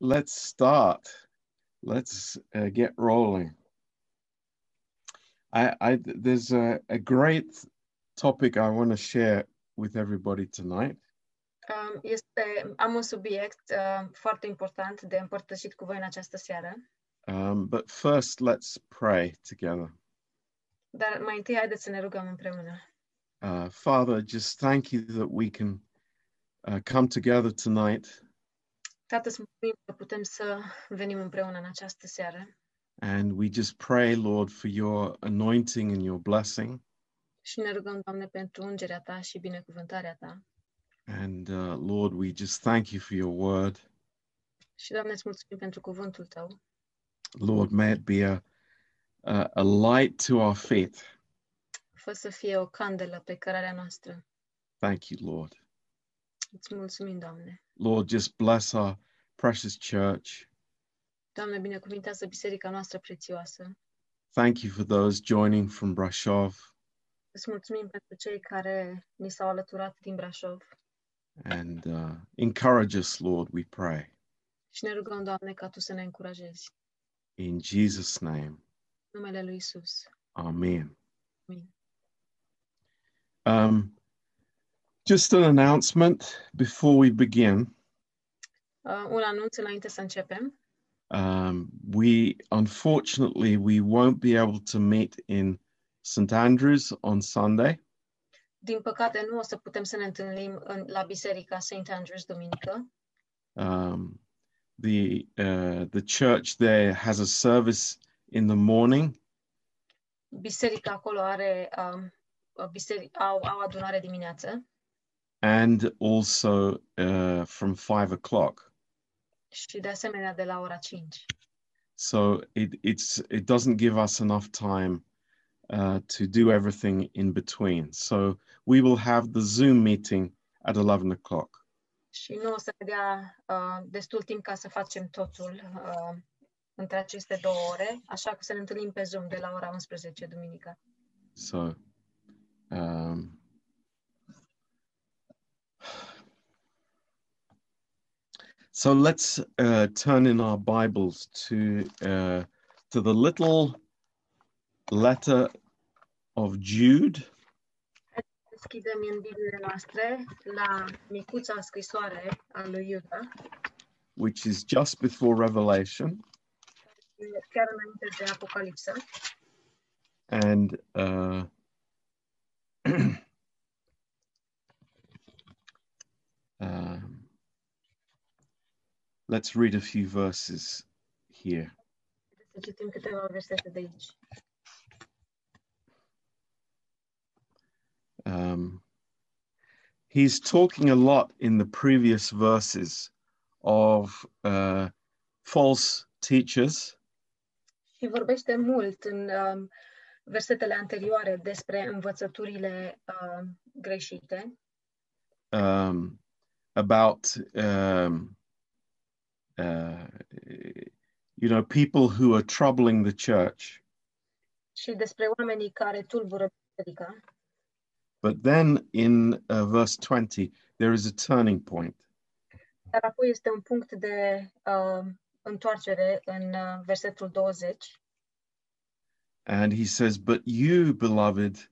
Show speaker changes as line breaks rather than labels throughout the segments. let's start. Let's uh, get rolling. I, I there's a, a great topic I want to share with everybody tonight.
Um, Este, am un subiect uh, foarte important de împărtășit cu voi în această seară,
Um, but first, let's pray together.
dar mai întâi haideți să ne rugăm împreună.
Uh, Father, just thank you that we can uh, come together tonight
Tată, îți mulțumim că putem să venim împreună în această seară
and we just pray, Lord, for your anointing and your blessing.
și ne rugăm, Doamne, pentru ungerea Ta și binecuvântarea Ta.
And uh, Lord, we just thank you for your word.
Și, Doamne, îți mulțumim pentru cuvântul Tău.
Lord, may it be a, a, a light to our feet.
Fă să fie o candelă pe cărarea noastră.
Thank you, Lord.
Îți mulțumim, Doamne.
Lord, just bless our precious church.
Doamne, binecuvintează biserica noastră prețioasă.
Thank you for those joining from Brashov
Îți mulțumim pentru cei care ni s-au alăturat din Brașov
and uh, encourage us, Lord, we pray.
și ne rugăm, Doamne, ca Tu să ne încurajezi.
In Jesus' name,
În Numele Lui Isus.
Amen.
Amin.
Um, just an announcement before we begin.
Uh, un anunț înainte să începem.
Um, we unfortunately we won't be able to meet in St Andrews on Sunday.
Din păcate, nu o să putem să ne întâlnim în, la Biserica St. Andrews duminică.
Um, the uh, the church there has a service in the morning,
Biserica acolo are um, biseri- au, au adunare dimineață
and also uh, from five o'clock.
și, de asemenea, de la ora 5.
So it it's it doesn't give us enough time uh, to do everything in between. So we will have the Zoom meeting at eleven o'clock.
Și nu o să ne dea uh, destul timp ca să facem totul uh, între aceste două ore, așa că să ne întâlnim pe Zoom de la ora 11 duminică.
So, um, so let's uh, turn in our Bibles to uh, to the little letter of Jude,
Deschidem în Bibliile noastre la micuța scrisoare a lui Iuda,
which is just before Revelation,
chiar înainte de Apocalipsă.
and uh, um, let's read a few verses here.
Să citim câteva versete de aici.
Um, he's talking a lot in the previous verses of uh, false teachers
Și vorbește mult în um, versetele anterioare despre învățăturile um, greșite,
um, about, um, uh, you know, people who are troubling the church.
și despre oamenii care tulbură biserica.
But then in uh, verse 20, there is a turning point.
Dar apoi este un punct de uh, întoarcere în uh, versetul 20
And he says, But you, beloved,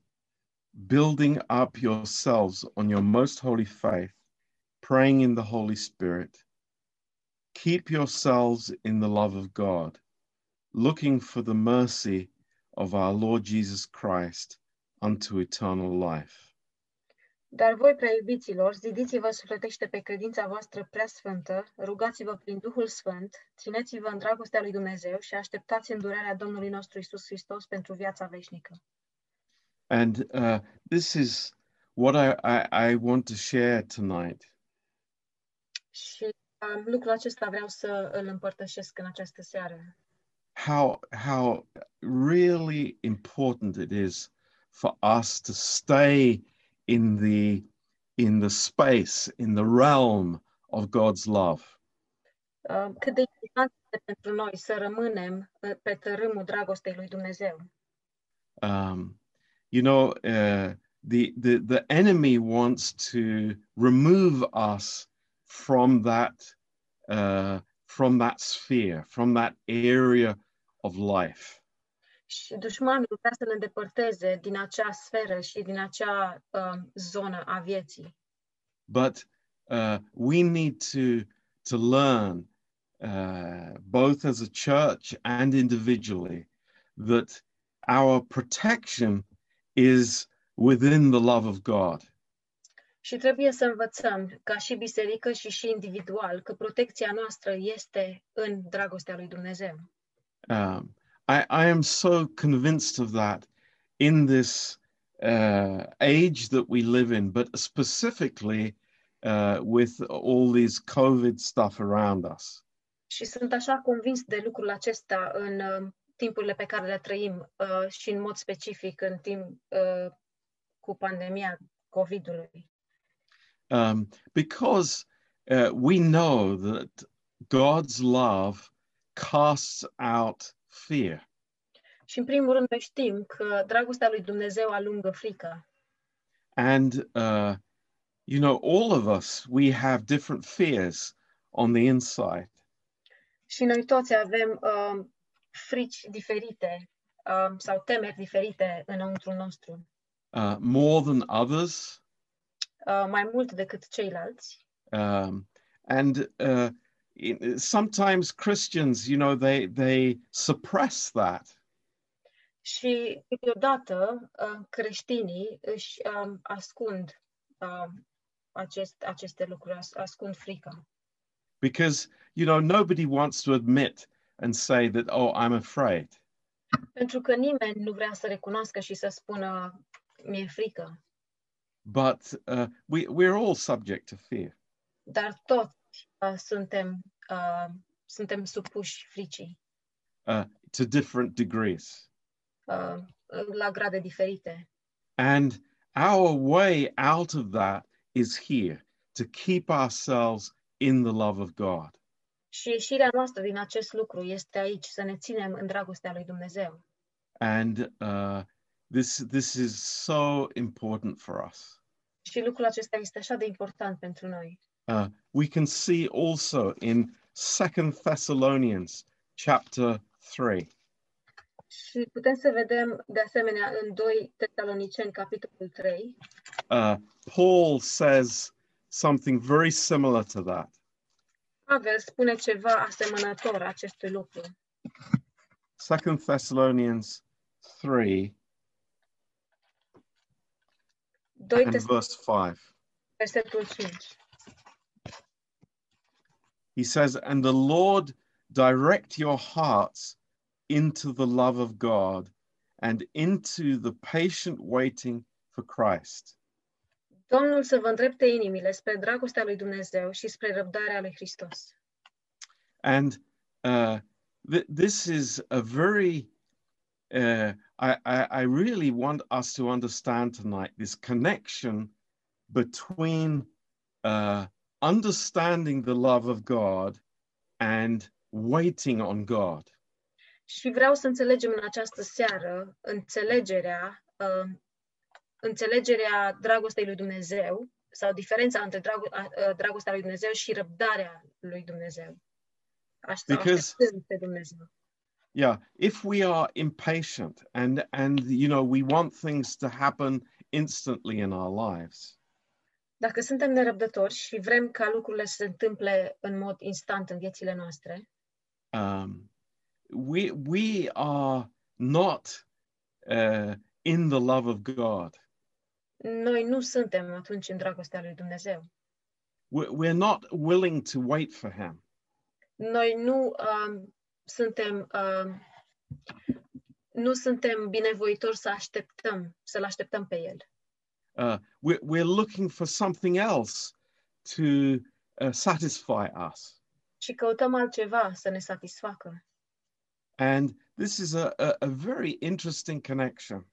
building up yourselves on your most holy faith, praying in the Holy Spirit, keep yourselves in the love of God, looking for the mercy of our Lord Jesus Christ unto eternal life.
Dar voi, prea iubiților, zidiți-vă sufletește pe credința voastră prea sfântă, rugați-vă prin Duhul Sfânt, țineți-vă în dragostea lui Dumnezeu și așteptați îndurarea Domnului nostru Isus Hristos pentru viața veșnică.
And uh, this is what I, I, I want to share tonight.
Și um, lucrul acesta vreau să îl împărtășesc în această seară.
how how really important it is for us to stay in the in the space in the realm of God's love
Um, Cât de important este pentru noi să rămânem uh, pe tărâmul dragostei lui Dumnezeu.
um, you know uh, the the the enemy wants to remove us from that uh, from that sphere, from that area of life.
Și dușmanul vrea să ne îndepărteze din acea sferă și din acea uh, zonă a vieții.
But uh, we need to, to learn, uh, both as a church and individually, that our protection is within the love of God.
Și trebuie să învățăm, ca și biserică și și individual, că protecția noastră este în dragostea lui Dumnezeu.
Um, I, I am so convinced of that in this uh, age that we live in, but specifically uh, with all these COVID stuff around us.
Și sunt așa convins de lucrul acesta în uh, timpurile pe care le trăim uh, și în mod specific în timp uh, cu pandemia COVID-ului.
Um, because uh, we know that God's love casts out fear.
Și în primul rând noi știm că dragostea lui Dumnezeu alungă frica.
And, uh, you know, all of us, we have different fears on the inside.
Și noi toți avem uh, frici diferite uh, sau temeri diferite înăuntru nostru,
uh, more than others.
uh, mai mult decât ceilalți.
Um, and uh, it- sometimes Christians, you know, they, they suppress that.
Și câteodată uh, creștinii își um, ascund uh, acest, aceste lucruri, as- ascund frica.
because you know nobody wants to admit and say that oh i'm afraid
Pentru că nimeni nu vrea să recunoască și să spună mi-e frică,
but uh, we we're all subject to fear
dar toți uh, suntem, uh, suntem supuși fricii
uh, to different degrees
uh, la grade diferite.
and our way out of that is here to keep ourselves in the love of god
Și ieșirea noastră din acest lucru este aici, să ne ținem în dragostea lui Dumnezeu.
and uh, this this is so important for us
Și lucrul acesta este așa de important pentru noi.
we can see also in second thessalonians chapter 3
Și putem să vedem, de asemenea, în 2 Tesaloniceni, capitolul 3,
uh, Paul says something very similar to that.
Pavel spune ceva asemănător acestui lucru.
Second Thessalonians 3
2
and
Tesaloniceni,
verse 5.
versetul 5.
He says, And the Lord direct your hearts into the love of God and into the patient waiting for Christ.
Domnul să vă îndrepte inimile spre dragostea lui Dumnezeu și spre răbdarea lui Hristos.
And uh, th- this is a very, uh, I, I, I really want us to understand tonight this connection between uh, understanding the love of God and waiting on God.
Și vreau să înțelegem în această seară înțelegerea, uh, înțelegerea dragostei lui Dumnezeu sau diferența între drago- a- a- dragostea lui Dumnezeu și răbdarea lui Dumnezeu. Așa,
Because-
pe Dumnezeu.
Yeah, if we are impatient and and you know we want things to happen instantly in our lives,
Dacă suntem nerăbdători și vrem ca lucrurile să se întâmple în mod instant în viețile noastre,
um, we we are not uh, in the love of God.
noi nu suntem atunci în dragostea lui Dumnezeu.
We're, we're not willing to wait for Him.
Noi nu um, suntem um, nu suntem binevoitori să așteptăm, să-l așteptăm pe el.
Uh, we're, we're looking for something else to uh, satisfy us.
Și căutăm altceva să ne satisfacă.
And this is a, a, a very interesting connection.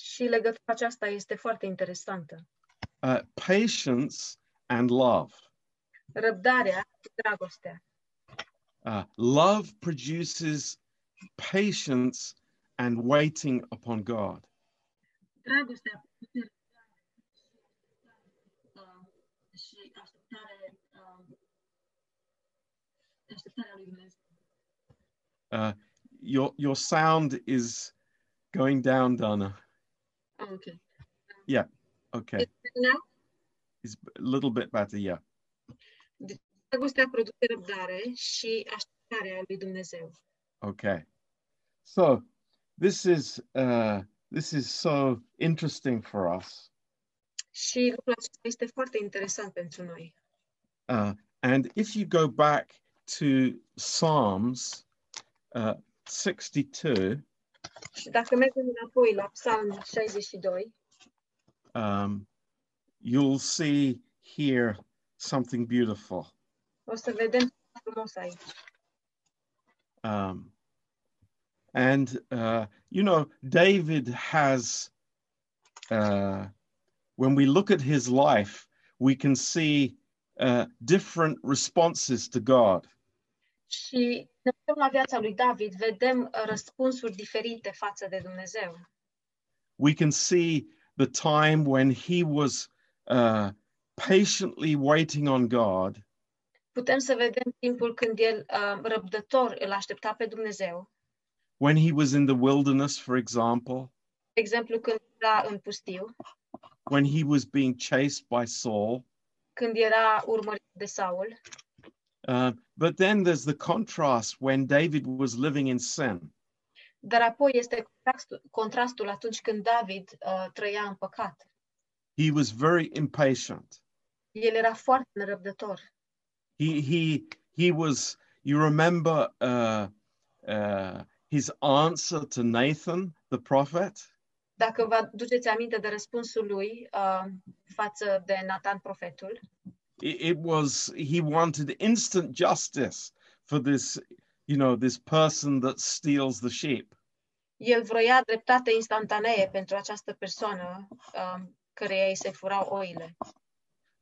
Și legătura aceasta este foarte interesantă.
Uh, patience and love.
Răbdarea și dragostea.
Uh, love produces patience and waiting upon God.
Dragostea produce uh, răbdare și așteptare, um, uh, așteptarea lui Dumnezeu.
Uh, your your sound is going down, Dana.
Ah, ok. Da,
Okay,
Now,
it's a little bit better. Yeah.
dragostea produce răbdare și așteptarea lui Dumnezeu.
Okay. So this is uh, this is so interesting for us,
Și lucrul acesta este foarte interesant pentru noi.
uh, and if you go back to Psalms uh, 62,
Și dacă mergem înapoi la Psalm 62,
um, you'll see here something beautiful.
o să vedem ce frumos aici.
Um, and, uh, you know, David has, uh, when we look at his life, we can see uh, different responses to God.
Și ne uităm la viața lui David, vedem uh, răspunsuri diferite față de Dumnezeu.
We can see the time when he was uh, patiently waiting on God,
Putem să vedem timpul când el uh, răbdător îl aștepta pe Dumnezeu.
when he was in the wilderness, for example,
De exemplu, când era în pustiu,
when he was being chased by Saul.
când era urmărit de Saul.
Uh, but then there's the contrast when David was living in sin.
Dar apoi este contrastul, contrastul atunci când David uh, trăia în păcat.
He was very impatient.
El era foarte nerăbdător.
He he he was. You remember uh, uh, his answer to Nathan the prophet.
Dacă vă duceți aminte de răspunsul lui uh, față de Nathan profetul,
It, it was he wanted instant justice for this, you know, this person that steals the sheep.
el vroia dreptate instantanee pentru această persoană uh, căreia îi se furau oile.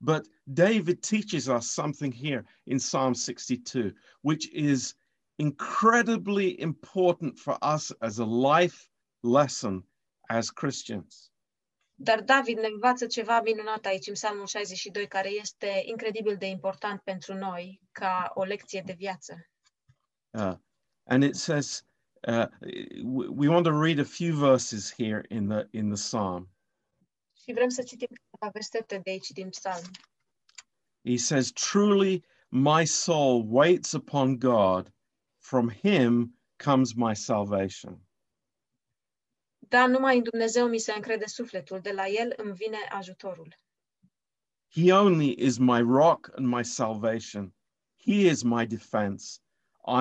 But David teaches us something here in Psalm 62, which is incredibly important for us as a life lesson as Christians.
Dar David ne învață ceva minunat aici în Psalmul 62, care este incredibil de important pentru noi ca o lecție de viață.
Uh, and it says, uh, we, we want to read a few verses here in the in the psalm.
Și vrem să citim câteva versete de aici din Psalm.
He says, "Truly, my soul waits upon God; from Him comes my salvation."
Da, numai în Dumnezeu mi se încrede sufletul, de la El îmi vine ajutorul.
He only is my rock and my salvation. He is my defense.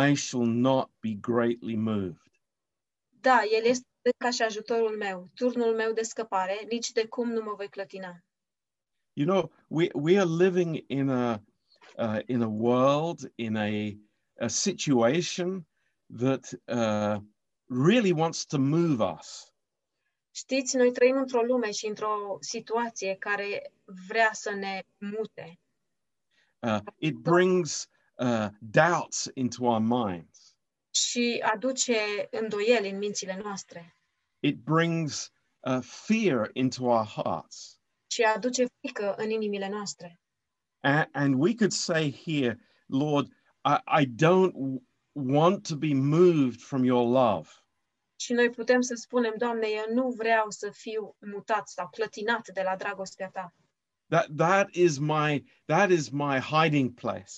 I shall not be greatly moved.
Da, El este ca și ajutorul meu, turnul meu de scăpare, nici de cum nu mă voi clătina.
You know, we we are living in a uh, in a world in a a situation that uh, really wants to move us.
Știți, noi trăim într-o lume și într-o situație care vrea să ne mute.
Uh, it brings uh, doubts into our minds.
și aduce îndoieli în mințile noastre
It brings uh, fear into our hearts.
și aduce frică în inimile noastre.
And, and we could say here, Lord, I, I don't w- want to be moved from your love.
Și noi putem să spunem, Doamne, eu nu vreau să fiu mutat sau clătinat de la dragostea Ta.
That that is my that is my hiding place.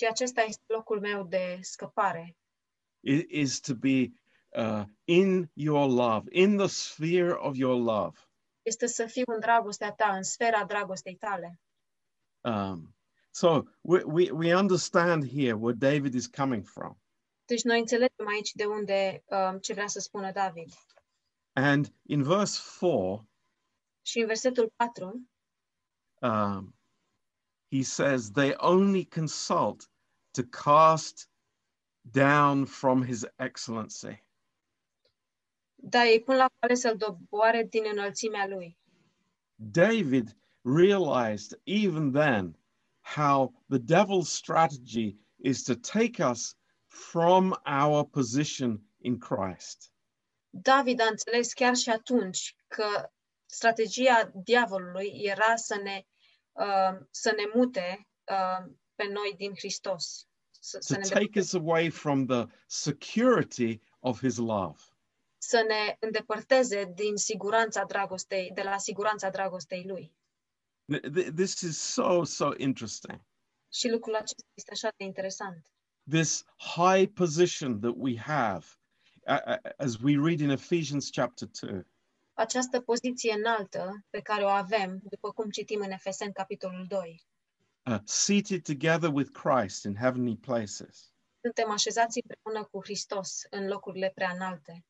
Și acesta este locul meu de scăpare.
It is to be uh, in your love, in the sphere of your love.
Este să fiu în dragostea Ta, în sfera dragostei Tale.
Um, so we, we we understand here where David is coming from,
Deci noi înțelegem aici de unde, um, ce vrea să spună David.
and in verse four,
Și în versetul 4,
um, he says they only consult to cast down from his excellency.
da, ei pun la cale să-l doboare din înălțimea lui.
David realized even then how the devil's strategy is to take us from our position in Christ.
David a înțeles chiar și atunci că strategia diavolului era să ne, uh, să ne mute uh, pe noi din Hristos, să, să
to
ne
take us away from the security of his love.
să ne îndepărteze din siguranța dragostei, de la siguranța dragostei lui.
Th- th- This is so, so interesting.
Și lucrul acesta este așa de interesant.
This high position that we have, uh, uh, as we read in Ephesians chapter 2,
Această poziție înaltă pe care o avem, după cum citim în Efeseni capitolul 2,
uh, seated together with Christ in heavenly places.
suntem așezați împreună cu Hristos în locurile prea înalte.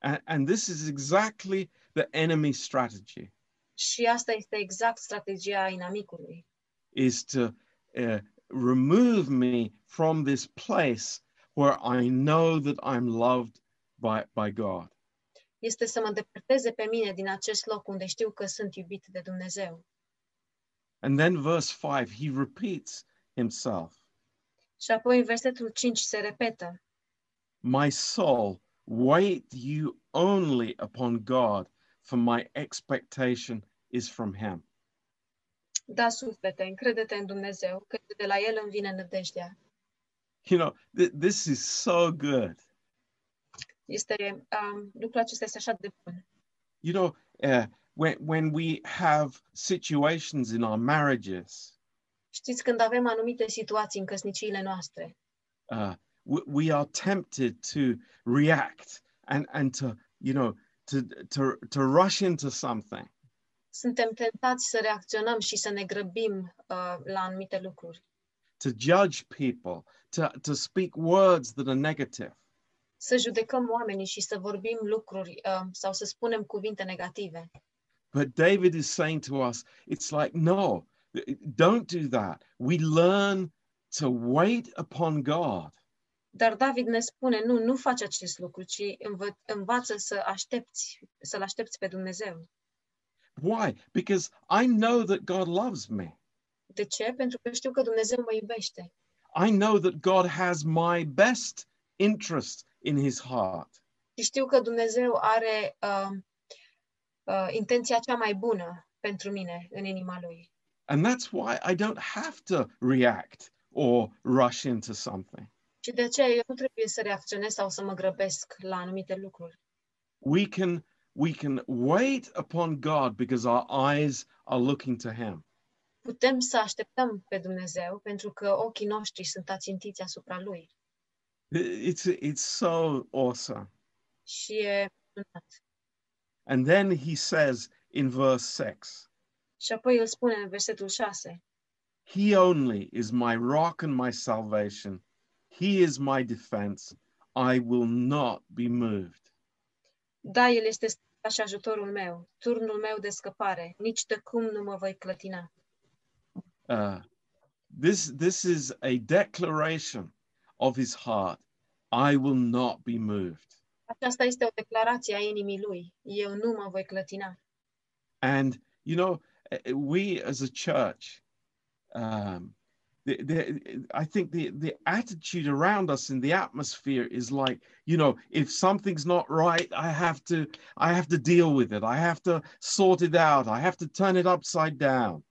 And, and this is exactly the enemy's strategy,
Și asta este exact strategia inamicului.
is to uh, remove me from this place where I know that I'm loved by, by God.
Este să mă îndepărteze pe mine din acest loc unde știu că sunt iubit de Dumnezeu.
And then verse 5, he repeats himself,
Și apoi în versetul 5 se repetă.
My soul, wait you only upon God, for my expectation is from him.
Da, suflete, încrede-te în Dumnezeu, că de la El îmi vine nădejdea.
You know, th- this is so good.
Este, um, lucrul acesta este așa de bun.
You know, uh, when, when we have situations in our marriages,
Știți, când avem anumite situații în căsniciile noastre,
uh, we, we are tempted to react and, and to, you know, to, to, to rush into something.
suntem tentați să reacționăm și să ne grăbim uh, la anumite lucruri,
to judge people, to, to speak words that are negative.
să judecăm oamenii și să vorbim lucruri uh, sau să spunem cuvinte negative.
But David is saying to us, it's like, no, don't do that. We learn to wait upon God.
Dar David ne spune, nu, nu faci acest lucru, ci învă- învață să aștepți, să-L aștepți pe Dumnezeu.
Why? Because I know that God loves me.
De ce? Pentru că știu că Dumnezeu mă iubește.
I know that God has my best interest in his heart.
Și știu că Dumnezeu are uh, uh, intenția cea mai bună pentru mine în inima Lui.
And that's why I don't have to react or rush into something.
Și de ce eu nu trebuie să reacționez sau să mă grăbesc la anumite lucruri?
We can we can wait upon God because our eyes are looking to him.
Putem să așteptăm pe Dumnezeu pentru că ochii noștri sunt ațintiți asupra Lui.
It's it's so awesome.
Și uh, e minunat.
And then he says in verse 6,
Și apoi el spune în versetul 6,
he only is my rock and my salvation. He is my defense. I will not be moved.
Da, El este stânga și ajutorul meu, turnul meu de scăpare, nici de cum nu mă voi clătina.
Uh, this this is a declaration of his heart. I will not be moved.
Aceasta este o declarație a inimii Lui, eu nu mă voi clătina.
And you know, eh, we as a church, um, the, the, I think the the attitude around us in the atmosphere is like, you know, if something's not right, I have to I have to deal with it. I have to sort it out. I have to turn it upside down.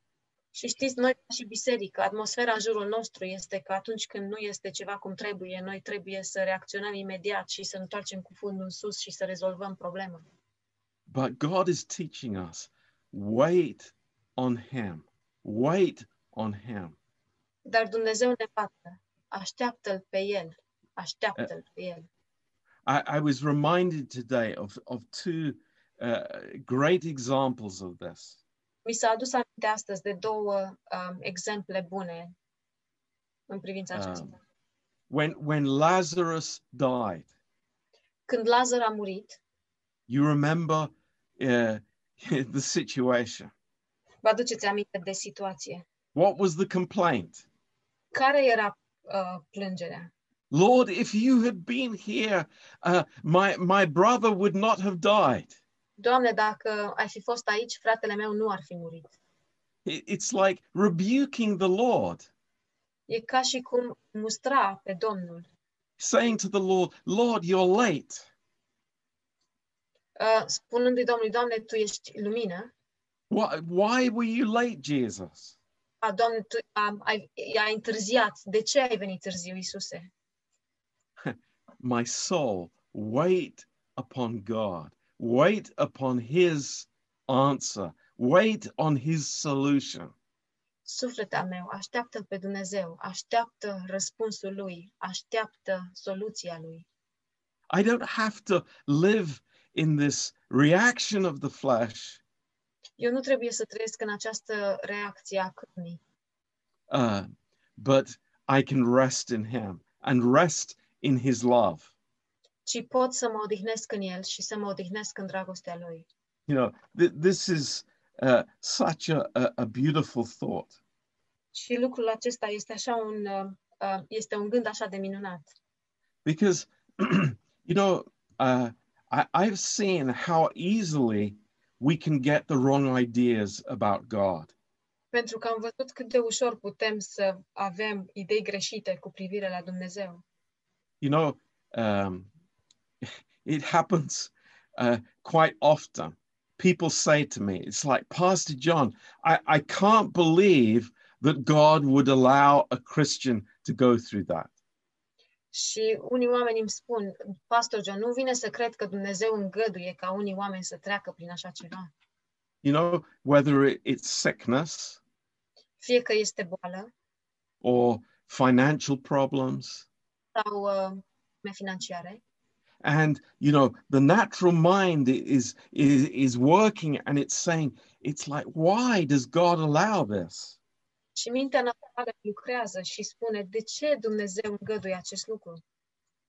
Și știți, noi ca și biserică, atmosfera în jurul nostru este că atunci când nu este ceva cum trebuie, noi trebuie să reacționăm imediat și să întoarcem cu fundul în sus și să rezolvăm problema.
But God is teaching us, wait on Him. Wait on Him.
Dar Dumnezeu ne facă. Așteaptă-L pe El. Așteaptă-L pe El.
I, I was reminded today of of two uh, great examples of this.
Mi s-a adus aminte astăzi de două um, exemple bune în privința
Um,
aceasta.
when when Lazarus died,
Când Lazar a murit,
you remember uh, the situation.
vă aduceți aminte de situație.
What was the complaint?
Care era uh, plângerea?
Lord, if you had been here, uh, my my brother would not have died.
Doamne, dacă ai fi fost aici, fratele meu nu ar fi murit.
It- It's like rebuking the Lord,
E ca și cum mustra pe Domnul.
saying to the Lord, Lord, you're late.
Uh, spunându-i Domnului, Doamne, Tu ești lumină,
Why why were you late, Jesus?
a, Doamne, tu, a, ai, ai întârziat. De ce ai venit târziu, Iisuse?
My soul, wait upon God. Wait upon his answer. Wait on his solution.
Sufleta meu, așteaptă pe Dumnezeu, așteaptă răspunsul lui, așteaptă soluția lui.
I don't have to live in this reaction of the flesh.
Eu nu trebuie să trăiesc în această reacție a câinii,
uh, but I can rest in Him and rest in His love.
ci pot să mă odihnesc în el și să mă odihnesc în dragostea lui.
You know, th- this is uh, such a, a, a beautiful thought.
Și lucrul acesta este așa un uh, uh, este un gând așa de minunat.
because you know uh, I, i've seen how easily we can get the wrong ideas about god
Pentru că am văzut cât de ușor putem să avem idei greșite cu privire la Dumnezeu.
you know um, it happens uh, quite often people say to me it's like pastor john I, I can't believe that god would allow a christian to go through that
Și unii oameni îmi spun, Pastor John, nu vine să cred că Dumnezeu îngăduie ca unii oameni să treacă prin așa ceva.
you know whether it, it's sickness
Fie că este boală
or financial problems
sau uh, probleme financiare.
and you know the natural mind is is is working and it's saying it's like why does god allow this
Și mintea naturală lucrează și spune, de ce Dumnezeu îngăduie acest lucru?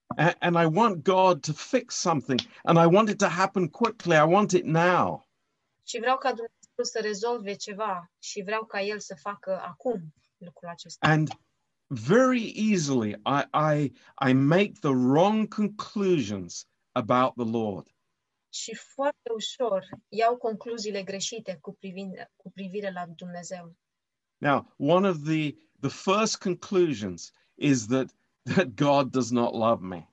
A- and i want god to fix something and i want it to happen quickly i want it now
Și vreau ca Dumnezeu să rezolve ceva și vreau ca El să facă acum lucrul acesta.
and very easily i i i make the wrong conclusions about the lord
Și foarte ușor iau concluziile greșite cu privire, cu privire la Dumnezeu.
now one of the the first conclusions is that that god does not love me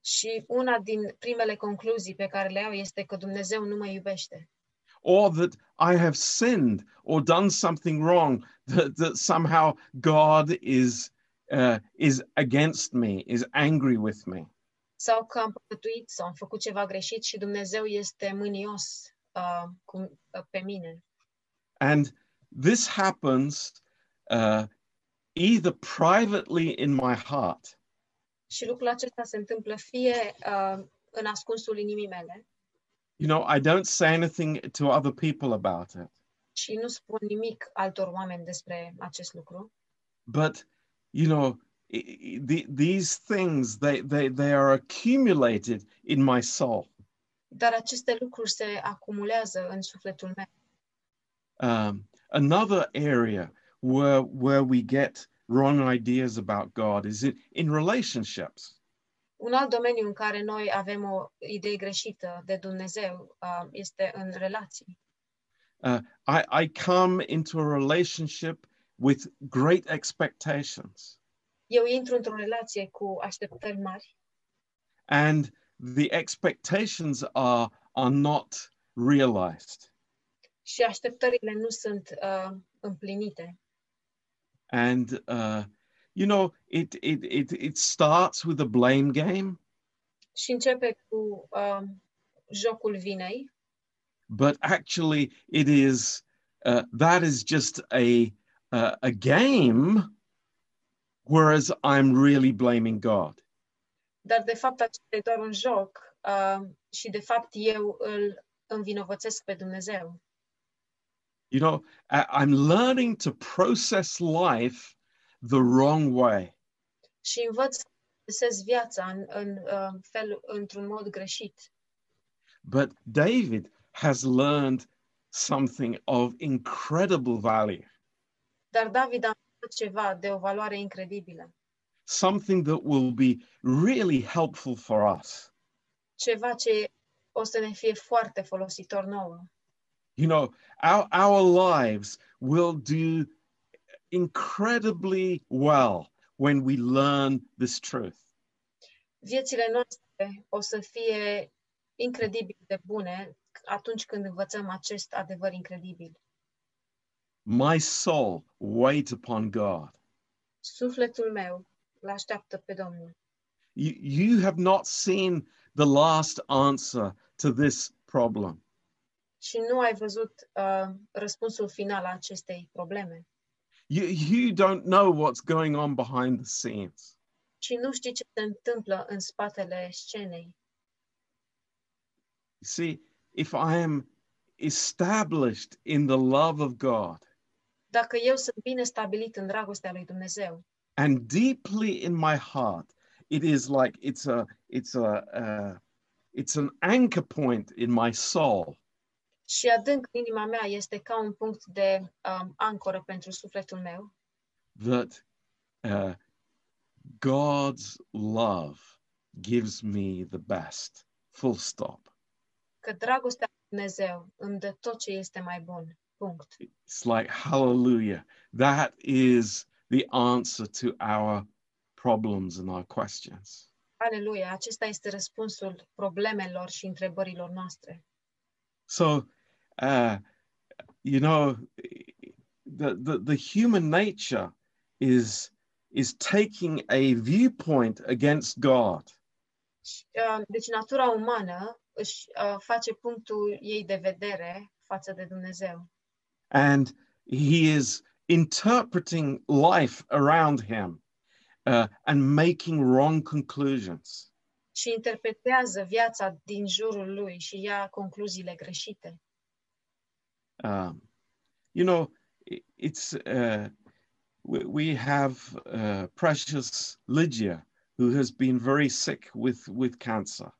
Și una din primele concluzii pe care le iau este că Dumnezeu nu mă iubește.
or that I have sinned or done something wrong that, that somehow God is uh, is against me, is angry with me.
sau că am păcătuit sau am făcut ceva greșit și Dumnezeu este mânios uh, cu, uh, pe mine.
And this happens uh, either privately in my heart
Și lucrul acesta se întâmplă fie uh, în ascunsul inimii mele
you know i don't say anything to other people about it
și nu spun nimic altor oameni despre acest lucru,
but you know i- i- the, these things they, they they are accumulated in my soul
dar aceste lucruri se acumulează în sufletul meu.
um, another area where where we get wrong ideas about God is in, in relationships.
Un alt domeniu în care noi avem o idee greșită de Dumnezeu uh, este în relații.
I, I come into a relationship with great expectations,
Eu intru într-o relație cu așteptări mari
and the expectations are are not realized,
și așteptările nu sunt uh, împlinite.
and uh, you know it, it it it starts with a blame game,
și începe cu uh, jocul vinei,
but actually it is uh, that is just a uh, a game whereas i'm really blaming god
dar de fapt acesta e doar un joc uh, și de fapt eu îl învinovățesc pe Dumnezeu.
you know I- i'm learning to process life the wrong way
Și învăț să procesez viața în, în uh, fel, într-un mod greșit.
but david has learned something of incredible value
Dar David a învățat ceva de o valoare incredibilă,
something that will be really helpful for us
ceva ce o să ne fie foarte folositor nouă.
you know our our lives will do incredibly well when we learn this truth
Viețile noastre o să fie incredibil de bune atunci când învățăm acest adevăr incredibil.
My soul waits upon God.
Sufletul meu îl așteaptă pe Domnul.
You, you have not seen the last answer to this problem.
Și nu ai văzut uh, răspunsul final al acestei probleme.
You, you don't know what's going on behind the scenes.
Și nu știi ce se întâmplă în spatele scenei.
You see, if I am established in the love of God
Dacă eu sunt bine stabilit în dragostea lui Dumnezeu
and deeply in my heart, it is like it's a it's a uh, it's an anchor point in my soul.
și adânc în inima mea este ca un punct de um, ancoră pentru sufletul meu,
that uh, God's love gives me the best. Full stop.
că dragostea lui Dumnezeu îmi dă tot ce este mai bun. Punct.
It's like, hallelujah. That is the answer to our problems and our questions.
Aleluia! Acesta este răspunsul problemelor și întrebărilor noastre.
So, uh, you know, the, the, the human nature is, is taking a viewpoint against God.
Și, uh, Deci natura umană își uh, face punctul ei de vedere față de Dumnezeu
and he is interpreting life around him uh, and making wrong conclusions.
și interpretează viața din jurul lui și ia concluziile greșite.
Um, you know, i- it's uh, we, we have uh, precious Lydia who has been very sick with with cancer,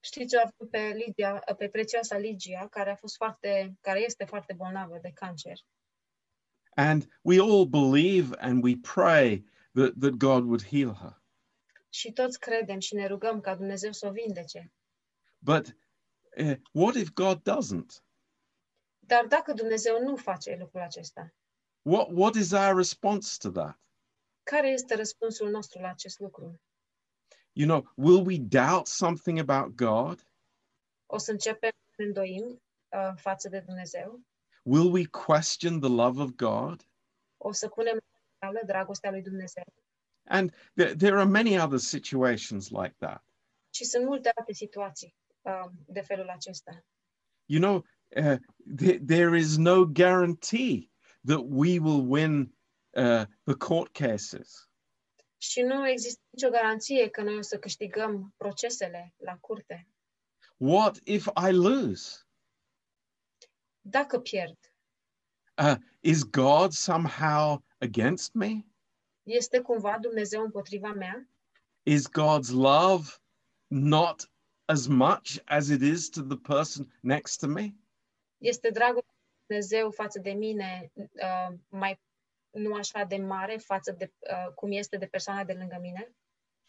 Știți, o avem pe Lidia, pe prețioasa Ligia, care a fost foarte, care este foarte bolnavă de cancer.
and we all believe and we pray that that God would heal her,
Și toți credem și ne rugăm ca Dumnezeu să o vindece.
but. Uh, what if God doesn't?
Dar dacă Dumnezeu nu face lucrul acesta,
What what is our response to that?
care este răspunsul nostru la acest lucru?
You know, will we doubt something about God?
O să începem să ne îndoim uh, față de Dumnezeu?
Will we question the love of God?
O să punem la îndoială dragostea lui Dumnezeu?
And there, there are many other situations like that.
Și sunt multe alte situații uh, de felul acesta.
You know, uh, th- there is no guarantee that we will win uh, the court cases.
Și nu există nicio garanție că noi o să câștigăm procesele la curte.
What if I lose?
Dacă pierd,
Uh, is God somehow against me?
Este cumva Dumnezeu împotriva mea?
Is God's love not as much as it is to the person next to me?
Este dragostea lui Dumnezeu față de mine uh, mai nu așa de mare față de uh, cum este de persoana de lângă mine?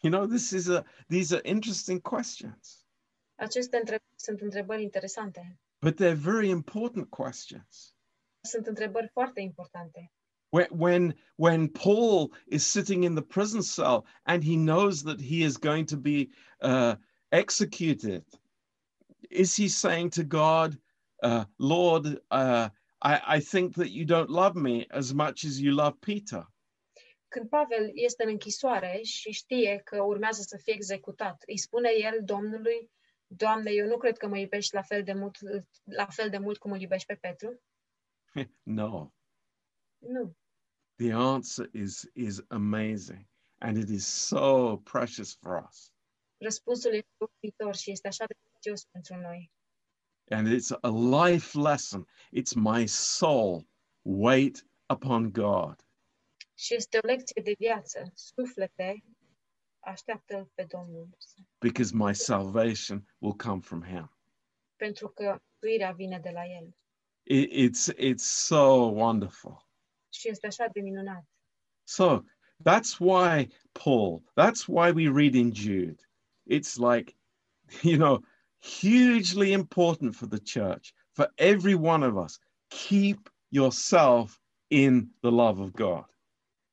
You know, this is a these are interesting questions,
Aceste întrebări sunt întrebări interesante.
but they're very important questions.
Sunt întrebări foarte importante.
when when when Paul is sitting in the prison cell and he knows that he is going to be uh, executed, is he saying to God, uh, "Lord, uh, I, I think that you don't love me as much as you love Peter"?
Când Pavel este în închisoare și știe că urmează să fie executat, îi spune el Domnului, Doamne, eu nu cred că mă iubești la fel de mult, la fel de mult cum îl iubești pe Petru?
no,
Nu.
the answer is is amazing, and it is so precious for us,
Răspunsul este uimitor și este așa de prețios pentru noi.
and it's a life lesson. It's my soul wait upon God.
Și este o lecție de viață. Suflete, așteaptă pe Domnul.
because my salvation will come from him.
Pentru că mântuirea vine de la El.
It, it's it's so wonderful.
Și este așa de minunat.
So that's why Paul, that's why we read in Jude. It's like, you know, hugely important for the church, for every one of us. Keep yourself in the love of God.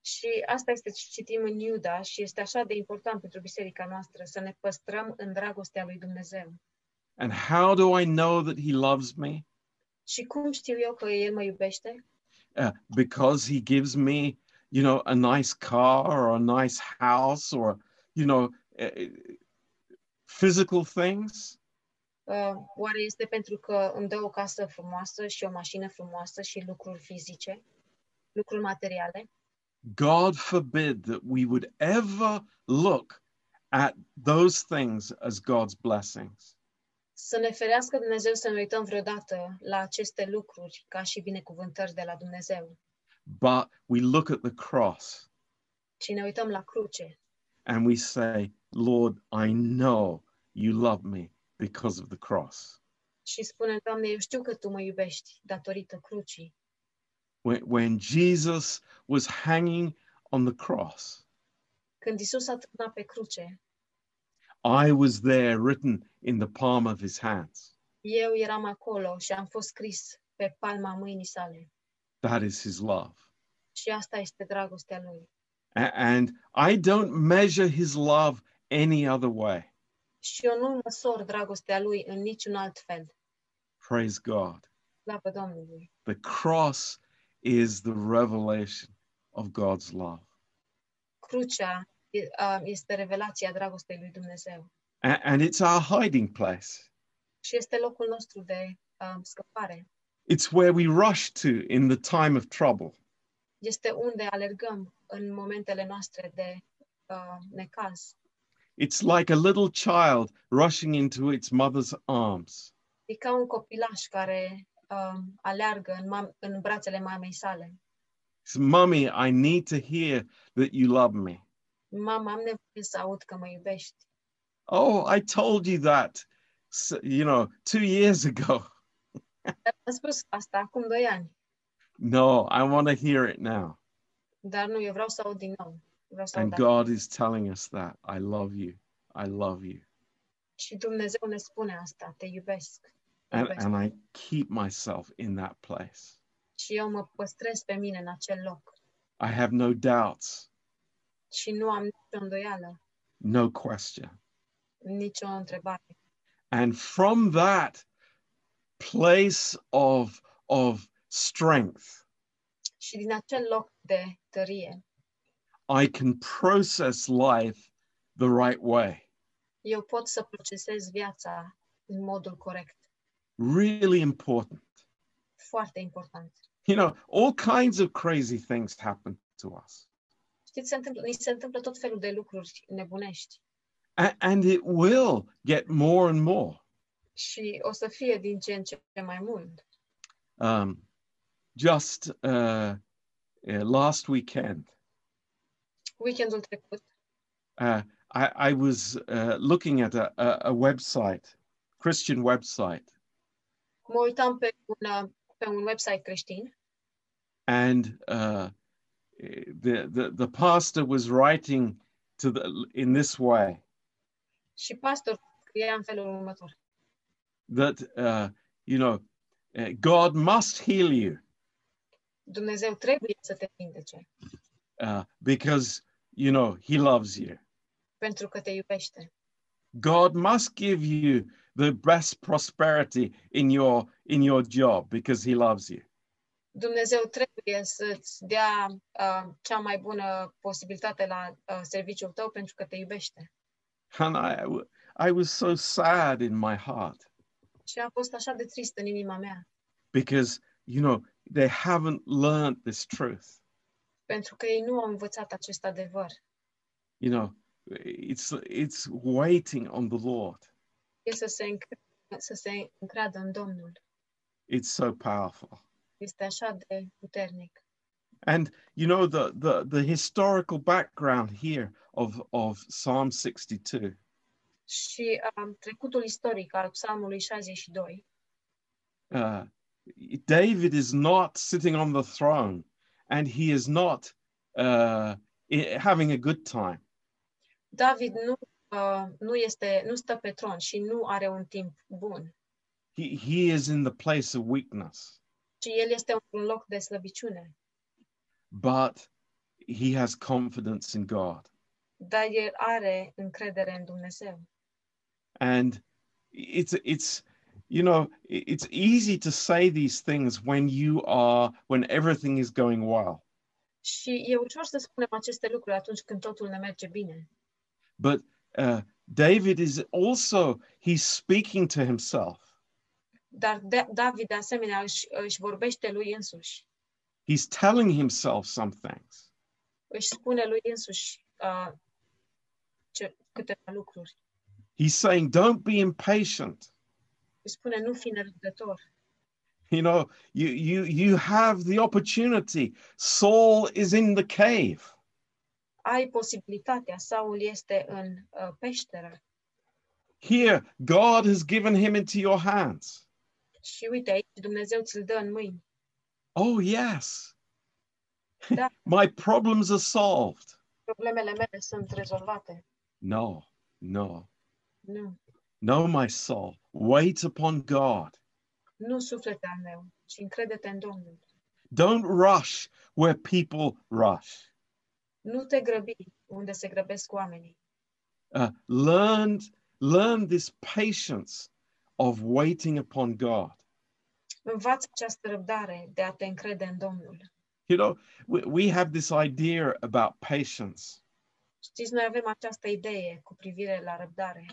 Și asta este ce citim în Iuda și este așa de important pentru biserica noastră să ne păstrăm în dragostea lui Dumnezeu.
And how do I know that he loves me?
Și cum știu eu că El mă iubește?
uh, because he gives me, you know, a nice car or a nice house or, you know, uh, physical things?
Uh, Oare este pentru că îmi dă o casă frumoasă și o mașină frumoasă și lucruri fizice, lucruri materiale?
God forbid that we would ever look at those things as God's blessings.
Să ne ferească Dumnezeu să ne uităm vreodată la aceste lucruri ca și binecuvântări de la Dumnezeu.
But we look at the cross
Și ne uităm la cruce
and we say, Lord, I know you love me because of the cross.
și spunem, Doamne, eu știu că Tu mă iubești datorită crucii.
When, when Jesus was hanging on the cross,
Când Isus atârna pe cruce,
I was there written in the palm of his hands.
eu eram acolo și am fost scris pe palma mâinii sale.
That is his love.
Și asta este dragostea Lui.
A- And I don't measure his love any other way.
Și eu nu măsor dragostea Lui în niciun alt fel.
Praise God.
Slavă Domnului!
The cross is the revelation of God's love.
Crucea e- a, este revelația dragostei Lui Dumnezeu.
A- And it's our hiding place.
Și este locul nostru de a, scăpare.
It's where we rush to in the time of trouble.
Este unde alergăm în momentele noastre de a, necaz.
It's like a little child rushing into its mother's arms.
E ca un copilaș care uh, aleargă în, mam- în brațele mamei sale.
Says, Mummy, I need to hear that you love me.
Mama, am nevoie să aud că mă iubești.
Oh, I told you that, s- you know, two years ago.
Dar am spus asta acum doi ani,
No, I want to hear it now.
dar nu, eu vreau să aud din nou. Vreau să aud
And
acum.
God is telling us that. I love you. I love you.
Și Dumnezeu ne spune asta, te iubesc.
And,
Right.
and I keep myself in that place.
Și eu mă păstrez pe mine în acel loc.
I have no doubts,
Și nu am nicio îndoială,
no question.
nicio întrebare.
And from that place of, of strength,
Și din acel loc de tărie,
I can process life the right way.
eu pot să procesez viața în modul corect.
Really important.
Foarte important.
You know, all kinds of crazy things happen to us.
Știți, se întâmplă, ni se întâmplă tot felul de lucruri nebunești
A- and it will get more and more.
și o să fie din ce în ce mai mult.
Um, just uh, uh, last weekend,
Weekendul trecut
uh, I, I was uh, looking at a, a, a website, Christian website,
mă uitam pe un, uh, pe un website creștin
and uh, the, the the pastor was writing to the in this way
și pastor scria în felul următor.
that uh, you know uh, God must heal you
Dumnezeu trebuie să te vindece
uh, because you know He loves you.
pentru că te iubește.
God must give you the best prosperity in your in your job because he loves you.
Dumnezeu trebuie să-ți dea uh, cea mai bună posibilitate la uh, serviciul tău pentru că te iubește.
And I I was so sad in my heart
Și a fost așa de trist în inima mea,
because you know they haven't learned this truth.
pentru că ei nu au învățat acest adevăr.
You know, it's it's waiting on the Lord.
E să se, încre- să se încreadă în Domnul.
It's so powerful.
este așa de puternic.
And you know the the the historical background here of of Psalm 62
Și um, trecutul istoric al psalmului 62,
uh, David is not sitting on the throne and he is not uh, i- having a good time.
David nu, uh, nu, este, nu stă pe tron și nu are un timp bun,
He, he is in the place of weakness,
ci el este un loc de slăbiciune.
but he has confidence in God.
Dar el are încredere în Dumnezeu.
And it's, it's, you know, i- it's easy to say these things when you are, when everything is going well.
Și e ușor să spunem aceste lucruri atunci când totul ne merge bine.
But uh, David is also, he's speaking to himself.
Dar Da- David, de asemenea, își, își vorbește lui însuși.
He's telling himself some things.
Își spune lui însuși uh, ce, câteva lucruri.
He's saying, don't be impatient.
Îi spune, nu fi nerăbdător.
You know, you, you, you have the opportunity. Saul is in the cave.
Ai posibilitatea. Saul este în uh, peșteră.
Here, God has given him into your hands.
Și uite aici, Dumnezeu ți-l dă în mâini.
Oh, yes.
Da.
My problems are solved.
Problemele mele sunt rezolvate.
No, no,
Nu.
no, my soul. Wait upon God.
Nu suflete al meu, ci încrede-te în Domnul.
Don't rush where people rush.
Nu te grăbi unde se grăbesc oamenii.
Uh, learn, learn this patience of waiting upon God.
Învață această răbdare de a te încrede în Domnul.
You know, we, we have this idea about patience,
Știți, noi avem această idee cu privire la răbdare.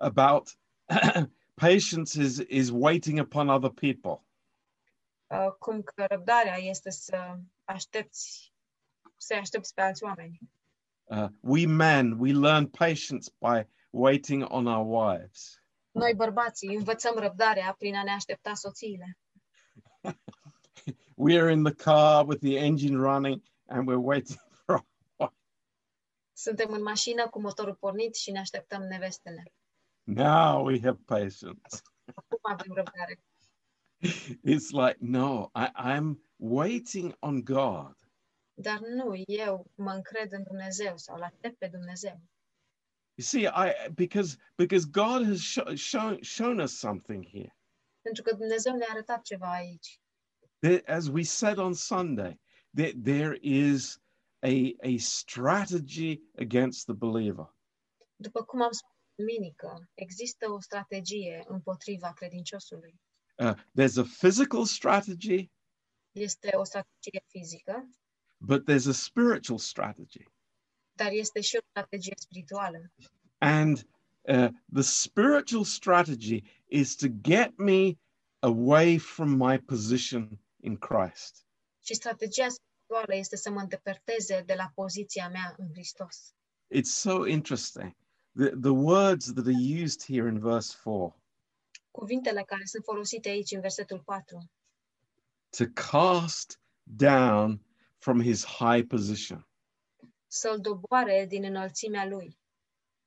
about patience is, is waiting upon other people.
Uh, cum că răbdarea este să aștepți, să aștepți pe alți oameni.
Uh, we men, we learn patience by waiting on our wives.
Noi, bărbații, învățăm răbdarea prin a ne aștepta soțiile.
We are in the car with the engine running and we're waiting for
Suntem în mașină cu motorul pornit și ne așteptăm nevestele.
now we have patience.
Cum avem răbdare?
It's like, no, I, I'm waiting on God.
Dar nu, eu mă încred în Dumnezeu sau la aștept pe Dumnezeu.
You see, I because because God has sho- shown shown us something here.
Pentru că Dumnezeu ne-a arătat ceva aici.
There, as we said on Sunday, there, there is a, a strategy against the believer.
După cum am spus duminică, există o strategie împotriva credinciosului.
Uh, there's a physical strategy,
Este o strategie fizică,
but there's a spiritual strategy.
dar este și o strategie spirituală.
And uh, the spiritual strategy is to get me away from my position in Christ.
Și strategia spirituală este să mă îndepărteze de la poziția mea în Hristos.
It's so interesting. The, the words that are used here in verse 4
Cuvintele care sunt folosite aici în versetul 4,
to cast down from his high position.
să-l doboare din înălțimea lui.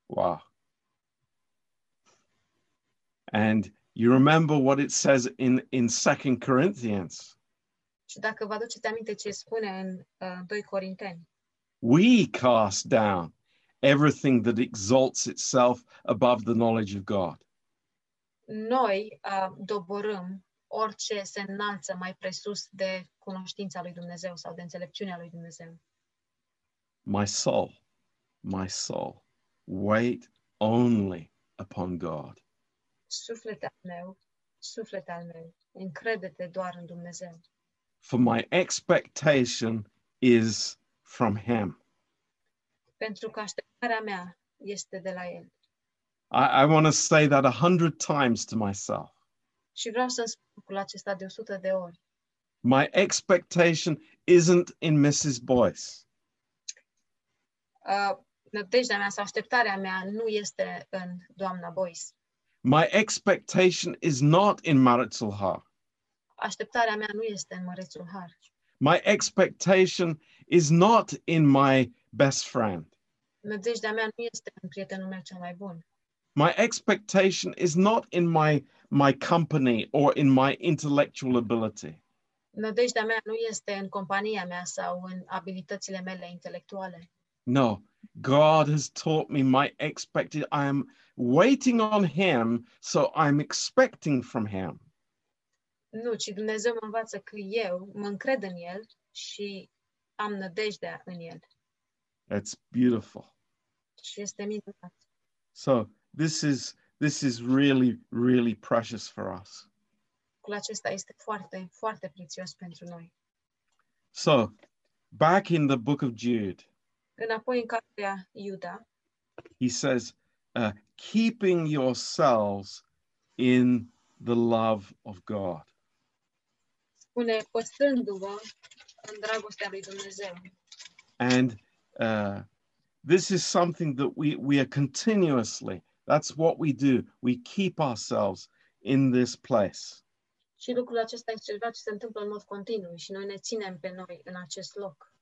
Wow. And you remember what it says in, in Second Corinthians
Și dacă vă aduceți aminte ce spune în uh, 2 Corinteni,
we cast down everything that exalts itself above the knowledge of God.
noi uh, doborâm orice se înalță mai presus de cunoștința lui Dumnezeu sau de înțelepciunea lui Dumnezeu.
My soul, my soul, wait only upon God.
Suflete al meu, suflete al meu, încrede-te doar în Dumnezeu.
For my expectation is from him.
Pentru că așteptarea mea este de la El.
I, I want to say that a hundred times to myself.
Și vreau să-mi spun lucrul acesta de 100 de ori.
My expectation isn't in Mrs. Boyce.
Uh, nădejdea mea sau așteptarea mea nu este în doamna Boyce.
My expectation is not in Marital Har.
Așteptarea mea nu este în Mărețul Har.
My expectation is not in my best friend.
Nădejdea mea nu este în prietenul meu cel mai bun.
My expectation is not in my my company or in my intellectual ability.
Nădejdea mea nu este în compania mea sau în abilitățile mele intelectuale.
No, God has taught me my expected I am waiting on him, so I'm expecting from him.
Nu, ci Dumnezeu mă învață că eu mă încred în El și am nădejdea în El.
That's beautiful.
Și este minunat.
So this is This is really, really precious for us.
Lucrul acesta este foarte, foarte prețios pentru noi.
So, back in the book of Jude,
Înapoi în cartea Iuda,
he says, uh, keeping yourselves in the love of God.
spune păstrându-vă în dragostea lui Dumnezeu.
And uh, this is something that we, we are continuously, that's what we do. We keep ourselves in this place.
Și lucrul acesta este ceva ce se întâmplă în mod continuu și noi ne ținem pe noi în acest loc,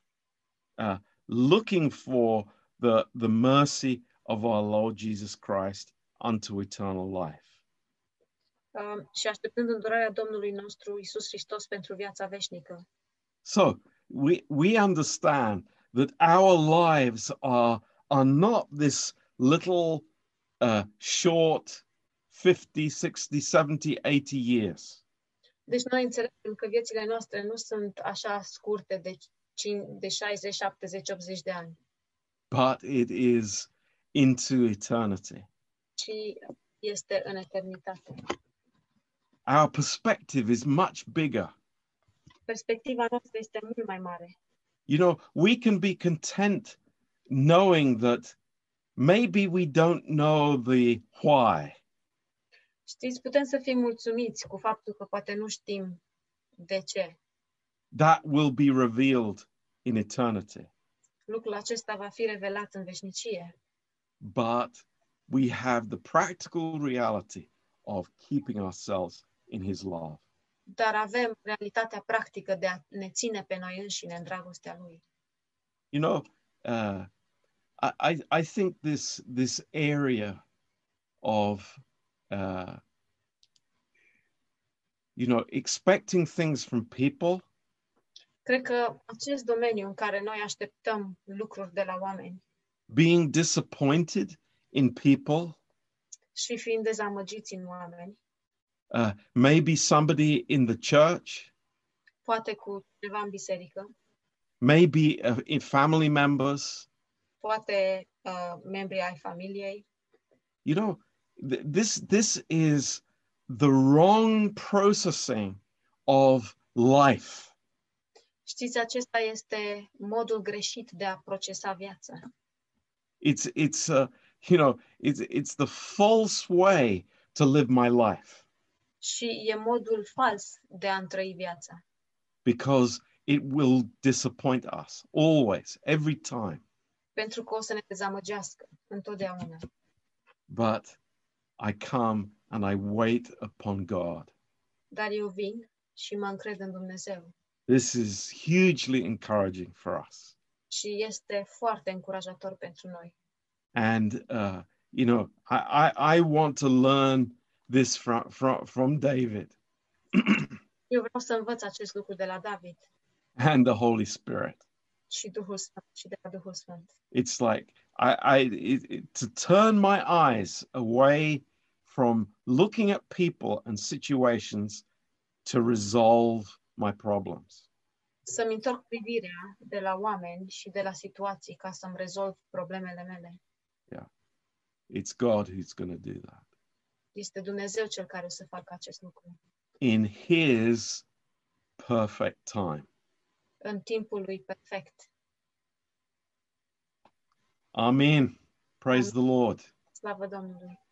looking for the, the mercy of our Lord Jesus Christ unto eternal life.
um, și așteptând îndurarea Domnului nostru Isus Hristos pentru viața veșnică.
So we, we understand that our lives are, are not this little uh, short 50, 60, 70, 80 years.
Deci noi înțelegem că viețile noastre nu sunt așa scurte de, 5, de 60, 70, 80 de ani,
but it is into eternity.
ci este în eternitate.
Our perspective is much bigger.
Perspectiva noastră este mult mai mare.
You know, we can be content knowing that maybe we don't know the why,
Știți, putem să fim mulțumiți cu faptul că poate nu știm de ce.
that will be revealed in eternity,
Lucrul acesta va fi revelat în veșnicie,
but we have the practical reality of keeping ourselves in His love.
dar avem realitatea practică de a ne ține pe noi înșine în dragostea Lui.
You know, uh, I, I, I think this, this area of, uh, you know, expecting things from people
Cred că acest domeniu în care noi așteptăm lucruri de la oameni
being disappointed in people.
și fiind dezamăgiți în oameni,
Uh, maybe somebody in the church,
poate cu cineva în biserică,
maybe uh, in family members.
poate uh, membrii ai familiei,
You know, th- this this is the wrong processing of life.
știți, acesta este modul greșit de a procesa viața.
It's it's uh, you know it's it's the false way to live my life
Și e modul fals de a întrăi viața.
because it will disappoint us always, every time.
pentru că o să ne dezamăgească întotdeauna.
But I come and I wait upon God.
Dar eu vin și mă încred în Dumnezeu
This is hugely encouraging for us.
și este foarte încurajator pentru noi.
And, uh, you know, I, I, I want to learn this from, from, from David
Eu vreau să învăț acest lucru de la David
and the Holy Spirit.
și Duhul Sfânt și de la Duhul Sfânt.
It's like, I, I, it, it- to turn my eyes away from looking at people and situations to resolve my problems.
Să-mi întorc privirea de la oameni și de la situații ca să-mi rezolv problemele mele.
It's God who's going to do that
Este Dumnezeu cel care o să facă acest lucru
in His perfect time.
în timpul lui perfect.
Amen. Praise the Lord.
Slavă Domnului!